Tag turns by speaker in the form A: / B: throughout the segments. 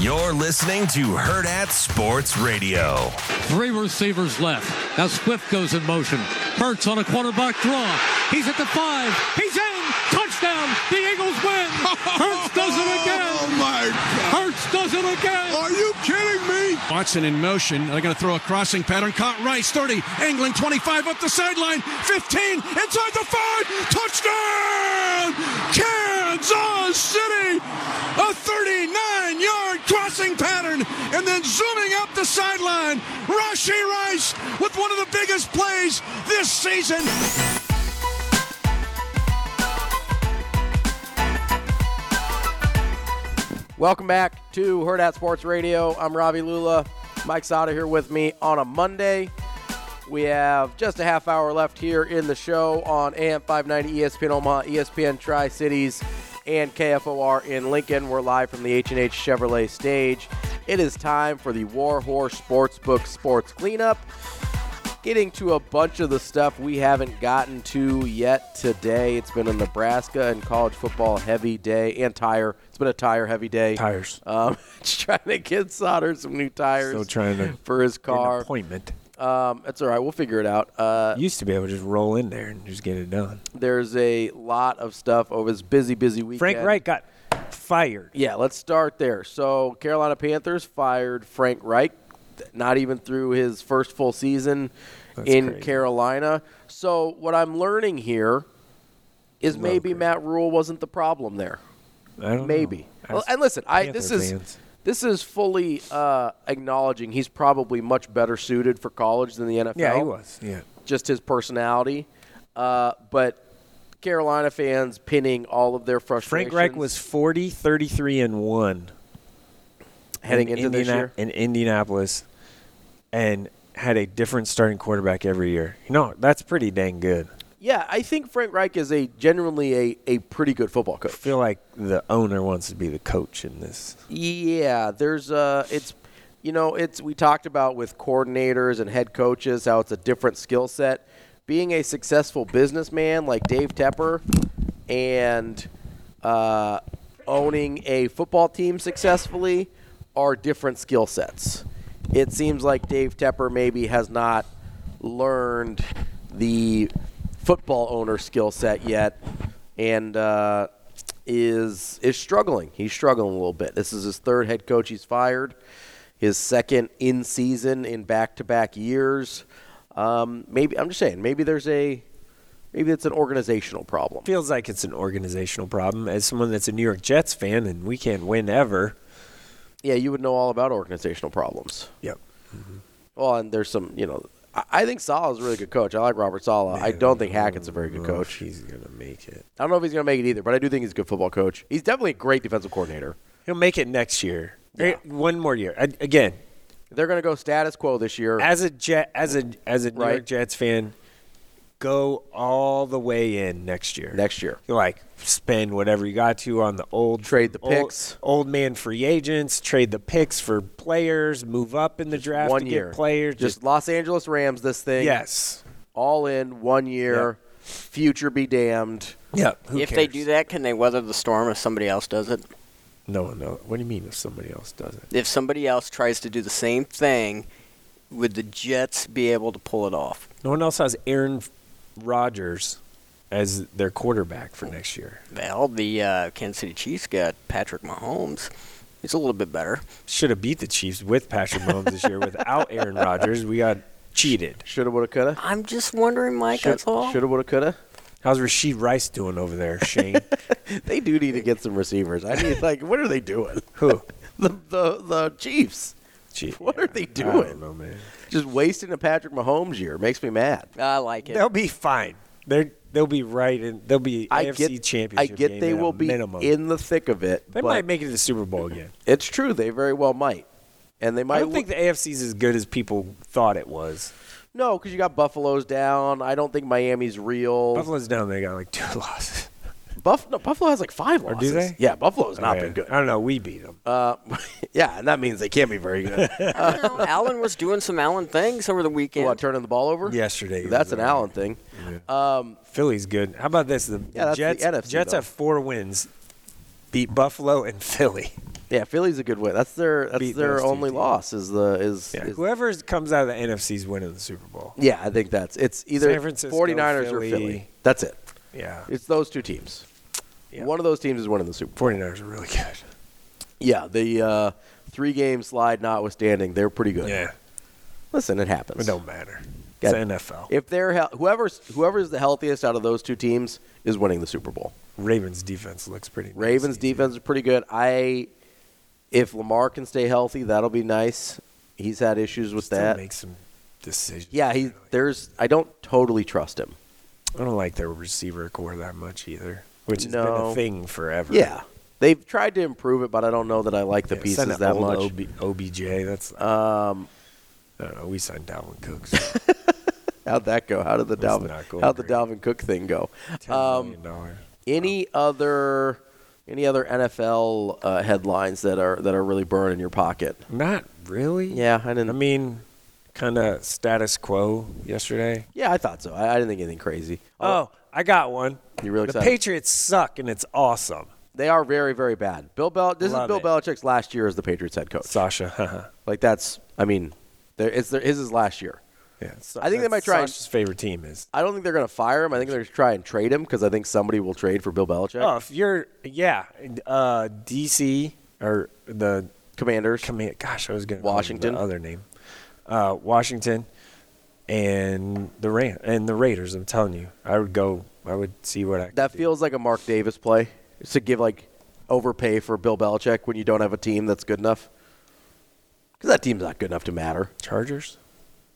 A: You're listening to Herd at Sports Radio.
B: Three receivers left. Now Swift goes in motion. Hurts on a quarterback draw. He's at the five. He's in. Touchdown. The Eagles win. Hurts does it again.
C: Oh my
B: Hurts does it again.
C: Are you kidding me?
D: Watson in motion. They're going to throw a crossing pattern. Caught Rice, 30. England, 25 up the sideline. 15 inside the 5. Touchdown! Kansas City! A 39 yard crossing pattern. And then zooming up the sideline, Rashi Rice with one of the biggest plays this season.
E: Welcome back to Herd at Sports Radio. I'm Robbie Lula. Mike's out of here with me on a Monday. We have just a half hour left here in the show on AM 590 ESPN Omaha, E ESPN Tri Cities, and KFOR in Lincoln. We're live from the H&H Chevrolet stage. It is time for the War Horse Sportsbook Sports Cleanup. Getting to a bunch of the stuff we haven't gotten to yet today. It's been a Nebraska and college football heavy day and tire. It's been a tire heavy day.
F: tires.
E: Um, trying to get Sauter some new tires.
F: Still trying to
E: for his
F: Get an
E: car.
F: appointment.
E: Um, that's all right. We'll figure it out. Uh,
F: Used to be able to just roll in there and just get it done.
E: there's a lot of stuff over this busy, busy weekend.
F: Frank Wright got fired.
E: Yeah, let's start there. So Carolina Panthers fired Frank Reich, th- not even through his first full season in
F: crazy.
E: Carolina. So what I'm learning here is maybe
F: Greg.
E: Matt Rule wasn't the problem there.
F: I don't
E: Maybe.
F: know.
E: Well, and listen, I this
F: Panther
E: is
F: fans.
E: this is fully uh, acknowledging he's probably much better suited for college than the NFL.
F: Yeah, he was. Yeah.
E: just his personality. Uh, but Carolina fans pinning all of their frustrations.
F: Frank Reich was 40, 33, and 1
E: heading
F: in
E: into this
F: Indiana-
E: year.
F: in Indianapolis and had a different starting quarterback every year. You know, that's pretty dang good.
E: Yeah, I think Frank Reich is a genuinely a, a pretty good football
F: I
E: coach.
F: feel like the owner wants to be the coach in this.
E: Yeah, there's uh it's you know, it's we talked about with coordinators and head coaches how it's a different skill set. Being a successful businessman like Dave Tepper and uh, owning a football team successfully are different skill sets. It seems like Dave Tepper maybe has not learned the football owner skill set yet, and uh, is is struggling. He's struggling a little bit. This is his third head coach he's fired, his second in season in back to back years. Um, maybe I'm just saying. Maybe there's a maybe it's an organizational problem.
F: feels like it's an organizational problem. As someone that's a New York Jets fan and we can't win ever.
E: Yeah, you would know all about organizational problems.
F: Yep.
E: Well, and there's some, you know, I, I think Sala's a really good coach. I like Robert Sala. I don't think Hackett's a very good coach.
F: He's gonna make it.
E: I don't know if he's going to make it either, but I do think he's a good football coach. He's definitely a great defensive coordinator.
F: He'll make it next year. Eh, One more year. I, again,
E: They're going to go status quo this year.
F: as a jet, as a as a New
E: Right.
F: York Jets fan, go all the way in next year.
E: Next year.
F: You like spend whatever you got to on the old
E: Trade the
F: old-
E: picks.
F: old, man free agents, trade the picks for players, move up in the draft
E: one
F: to
E: year.
F: get players.
E: just, Los Angeles Rams. This thing,
F: yes.
E: all in one year. Future be damned.
F: Yeah. Who
G: if
F: cares?
G: they do that, can they weather the storm if somebody else does it?
F: no one knows. What do you mean if somebody else does it?
G: If somebody else tries to do the same thing, would the Jets be able to pull it off?
F: No one else has Aaron Rodgers as their quarterback for next year.
G: Well, the uh, Kansas City Chiefs got Patrick Mahomes. He's a little bit better.
F: Should have beat the Chiefs with Patrick Mahomes this year. Without Aaron Rodgers, we got cheated.
E: Shoulda, woulda, coulda.
G: I'm just wondering, Mike. that's all.
E: Shoulda, woulda, coulda.
F: How's Rasheed Rice doing over there, Shane?
E: They do need to get some receivers. I mean, like, what are they doing?
F: Who?
E: The the the Chiefs
F: Gee,
E: What are they
F: I don't
E: doing?
F: know, man.
E: just wasting a Patrick Mahomes year makes me mad.
G: I like it.
F: They'll be fine. They're they'll be right in. They'll be
E: I
F: AFC
E: get
F: championship.
E: I get
F: game
E: they
F: at a
E: will be
F: minimum.
E: in the thick of it.
F: They
E: but
F: might make it to the Super Bowl again.
E: It's true. They very well might. And they might.
F: I don't think the AFC's as good as people thought it was.
E: no, because you got Buffalo's down. I don't think Miami's real.
F: Buffalo's down. They got like two losses.
E: Buff- no, Buffalo has like five
F: Or
E: losses.
F: do they?
E: Yeah, Buffalo's not
F: Okay.
E: been good.
F: Oh, I don't know. We beat them.
E: Uh, yeah, and that means they can't be very good.
G: Well, Allen was doing some Allen things over the weekend.
E: what, turning the ball over?
F: Yesterday.
E: That's an Allen thing. Um,
F: Philly's good. How about this? The
E: Yeah, that's the
F: Jets.
E: NFC
F: Jets
E: though.
F: have four wins. Beat Buffalo and Philly.
E: yeah, Philly's a good win. That's their that's
F: Beat
E: their
F: those two
E: only
F: teams.
E: loss is the is
F: Yeah.
E: is-
F: Whoever comes out of the NFC's winning the Super Bowl.
E: yeah, I think that's it's either
F: San Francisco,
E: 49ers or
F: Philly.
E: Philly. That's it.
F: Yeah.
E: It's those two teams.
F: Yeah.
E: One of those teams is winning the Super Bowl.
F: 49ers are really good.
E: Yeah, the uh, three game slide notwithstanding, they're pretty good.
F: Yeah.
E: Listen, it happens.
F: It don't matter.
E: Got
F: It's
E: it.
F: the NFL.
E: If they're hel- whoever's whoever's the healthiest out of those two teams is winning the Super Bowl.
F: Ravens defense looks pretty.
E: Ravens
F: nasty, too.
E: defense is pretty good. I if Lamar can stay healthy, that'll be nice. He's had issues with
F: Still
E: that.
F: make some decisions.
E: yeah, he there's I don't totally trust him.
F: I don't like their receiver core that much either, which has been
E: No.
F: a thing forever.
E: Yeah. They've tried to improve it, but I don't know that I like the
F: Yeah,
E: pieces
F: send an
E: that
F: old
E: much.
F: OB, OBJ. That's
E: Um,
F: I don't know. We signed Dalvin Cook. So
E: how'd that go? How did the
F: That's
E: Dalvin
F: not going
E: how'd the
F: great.
E: Dalvin Cook thing go?
F: $10
E: Um,
F: million dollar.
E: any other any other NFL uh, headlines that are that are really burning your pocket?
F: Not really.
E: Yeah, I
F: I
E: didn't.
F: mean, kind of status quo yesterday.
E: yeah, I thought so. I, I didn't think anything crazy. Although,
F: Oh, I got one.
E: You're really
F: the
E: excited.
F: Patriots suck, and it's awesome.
E: they are very very bad. Bill Bel- This
F: Love
E: is Bill
F: it.
E: Belichick's last year as the Patriots head coach.
F: Sasha.
E: Like that's. I mean, there, it's their, his is last year.
F: yeah. Sa-
E: I think they
F: that's
E: might try and-
F: Sasha's favorite team is.
E: I don't think they're going to fire him. I think they're going to try and trade him because I think somebody will trade for Bill Belichick.
F: Oh, if you're yeah, uh, DC or the
E: Commanders.
F: command. Gosh, I was going to
E: Washington.
F: the other name, uh, Washington, and the Ram- and the Raiders. I'm telling you, I would go. I would see what I. could
E: that
F: do.
E: feels like a Mark Davis play is to give like overpay for Bill Belichick when you don't have a team that's good enough. Because that team's not good enough to matter.
F: Chargers.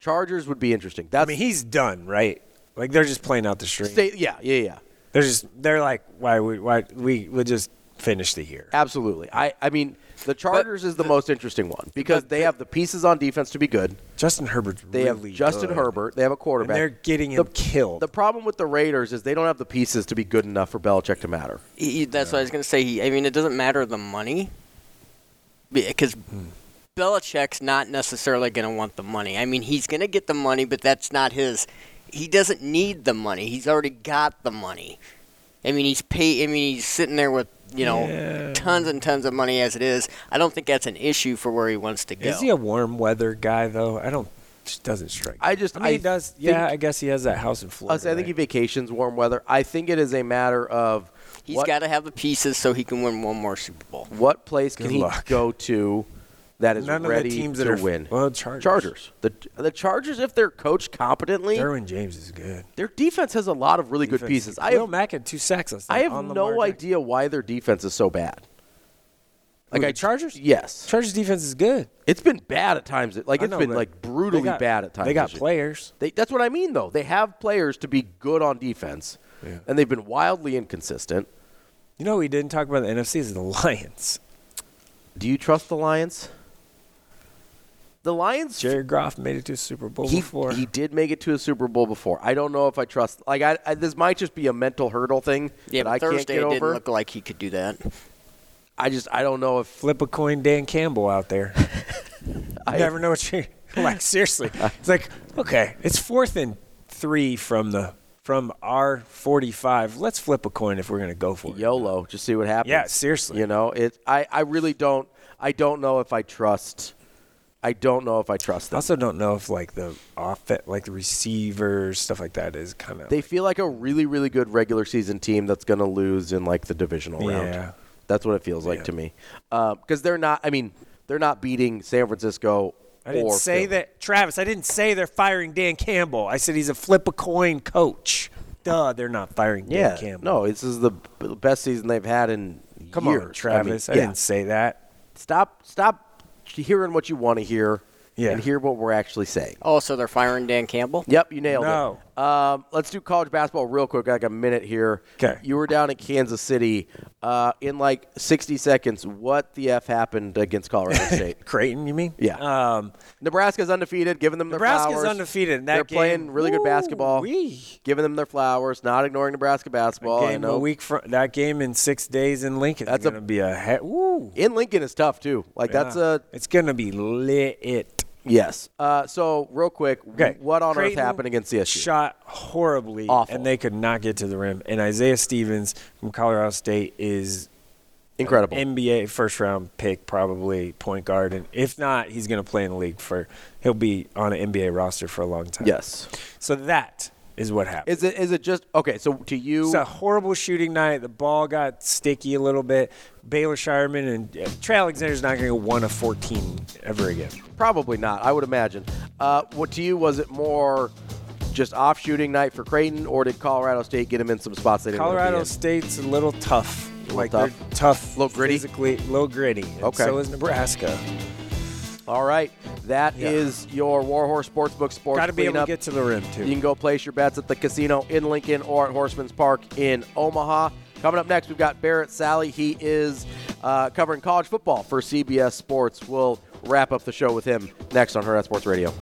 E: Chargers would be interesting. That's
F: I mean, he's done right. Like they're just playing out the string.
E: state. Yeah, yeah, yeah.
F: They're just they're like why we why we we'll just finish the year.
E: Absolutely. I, I mean, the Chargers is the, most interesting one because they have the pieces on defense to be good.
F: Justin Herbert's
E: They
F: really
E: have Justin
F: good.
E: Herbert. They have a quarterback.
F: they're getting
E: the,
F: him killed.
E: The problem with the Raiders is they don't have the pieces to be good enough for Belichick to matter.
G: He, he- that's what I was going to say. He, I mean, it doesn't matter the money because
E: Hmm.
G: Belichick's not necessarily going to want the money. I mean, he's going to get the money, but that's not his. He doesn't need the money. He's already got the money. I mean, he's pay. I mean, he's sitting there with you know tons and tons of money as it is. I don't think that's an issue for where he wants to go.
F: Is he a warm weather guy though? I don't. Just doesn't strike.
E: I just-
F: I mean,
E: I
F: he does. Yeah,
E: think-
F: I guess he has that house in Florida.
E: I think he
F: right?
E: vacations warm weather. I think it is a matter of
G: He's
E: what-
G: got to have the pieces so he can win one more Super Bowl.
E: what place can
F: Good
E: he
F: luck.
E: go to that is
F: None of the
E: ready
F: teams that
E: to
F: are-
E: win?
F: well, Chargers.
E: Chargers. The the Chargers, if they're coached competently,
F: Derwin James is good.
E: their defense has a lot of really good
F: Defense.
E: pieces. I
F: Will
E: have,
F: Mack had two sacks. Last
E: I
F: night
E: have
F: on Lamar
E: no
F: Jackson.
E: idea why their defense is so bad.
F: Who,
E: I-
F: the Chargers.
E: Yes,
F: Chargers defense is good.
E: it's been bad at times. Like
F: I
E: it's
F: know,
E: been
F: but
E: like
F: they
E: brutally
F: got-
E: bad at times.
F: They got
E: this year.
F: players.
E: They, that's what I mean, though. They have players to be good on defense, and they've been wildly inconsistent.
F: You know, what we didn't talk about in the NFC is the Lions.
E: Do you trust the Lions? the Lions.
F: Jared Goff made it to a Super Bowl
E: he,
F: before.
E: He did make it to a Super Bowl before. I don't know if I trust. Like, I, I this might just be a mental hurdle thing
G: Yeah,
E: that
G: but
E: I can't
G: Thursday
E: get
G: it
E: over.
G: didn't look like he could do that.
E: I just I don't know if
F: flip a coin, Dan Campbell out there.
E: I-
F: you never know what you like. Seriously, it's like okay, it's fourth and three from the from our forty-five. Let's flip a coin if we're gonna go for it.
E: YOLO, just see what happens.
F: Yeah, seriously.
E: You know, it. I, I really don't. I don't know if I trust. I don't know if I trust
F: I
E: them.
F: also don't know if like the off like the receivers stuff like that is kind of
E: They feel like a really, really good regular season team that's going to lose in like the divisional
F: Yeah.
E: round. That's what it feels like to me. Because they're not. I mean, they're not beating San Francisco.
F: I didn't
E: or
F: say
E: Philly.
F: that, Travis. I didn't say they're firing Dan Campbell. I said he's a flip a coin coach. Duh, they're not firing
E: Yeah.
F: Dan Campbell.
E: No, this is the b- best season they've had in
F: Come
E: years.
F: on, Travis.
E: I
F: I,
E: mean, yeah.
F: didn't say that.
E: Stop. Stop hearing what you want to hear.
F: Yeah.
E: And hear what we're actually saying.
G: Oh, so they're firing Dan Campbell?
E: Yep, you nailed
F: No.
E: it. Um, let's do college basketball real quick, like a minute here.
F: 'Kay.
E: You were down in Kansas City. Uh, in like 60 seconds, what the F happened against Colorado State?
F: Creighton, you mean?
E: Yeah.
F: Um,
E: Nebraska's undefeted, giving them
F: Nebraska's
E: their flowers.
F: undefeated in that
E: They're playing
F: game.
E: really good basketball,
F: Woo-wee.
E: giving them their flowers, not ignoring Nebraska basketball. I
F: game
E: know.
F: a week from that game in six days in Lincoln.
E: That's
F: That's
E: a-
F: gonna be a he- woo.
E: In Lincoln is tough, too. Like, that's a
F: It's gonna be lit.
E: yes. Uh, so, real quick,
F: Okay.
E: what on
F: Creighton
E: earth happened against CSU?
F: Shot horribly,
E: Awful.
F: and they could not get to the rim. And Isaiah Stevens from Colorado State is
E: Incredible.
F: NBA first round pick, probably point guard, and if not, he's going to play in the league for. He'll be on an NBA roster for a long time.
E: yes.
F: So that is what happened.
E: Is it is it just okay? So to you,
F: It's a horrible shooting night. The ball got sticky a little bit. Baylor Shireman and uh, Trey Alexander's not going to go one of 14 ever again.
E: Probably not. I would imagine. Uh, what to you was it more just off shooting night for Creighton, or did Colorado State get him in some spots they didn't wanna be
F: Colorado
E: in?
F: State's a little tough. like
E: tough.
F: they're tough,
E: Little gritty?
F: physically, low gritty. And
E: Okay.
F: So is Nebraska.
E: All right, that is
F: Yeah.
E: your Warhorse Sportsbook Sports
F: Got to be able to
E: cleanup.
F: get to the rim too.
E: you can go place your bets at the casino in Lincoln or at Horseman's Park in Omaha. Coming up next, we've got Barrett Sally. He is uh, covering college football for CBS Sports. We'll wrap up the show with him next on Herd Sports Radio.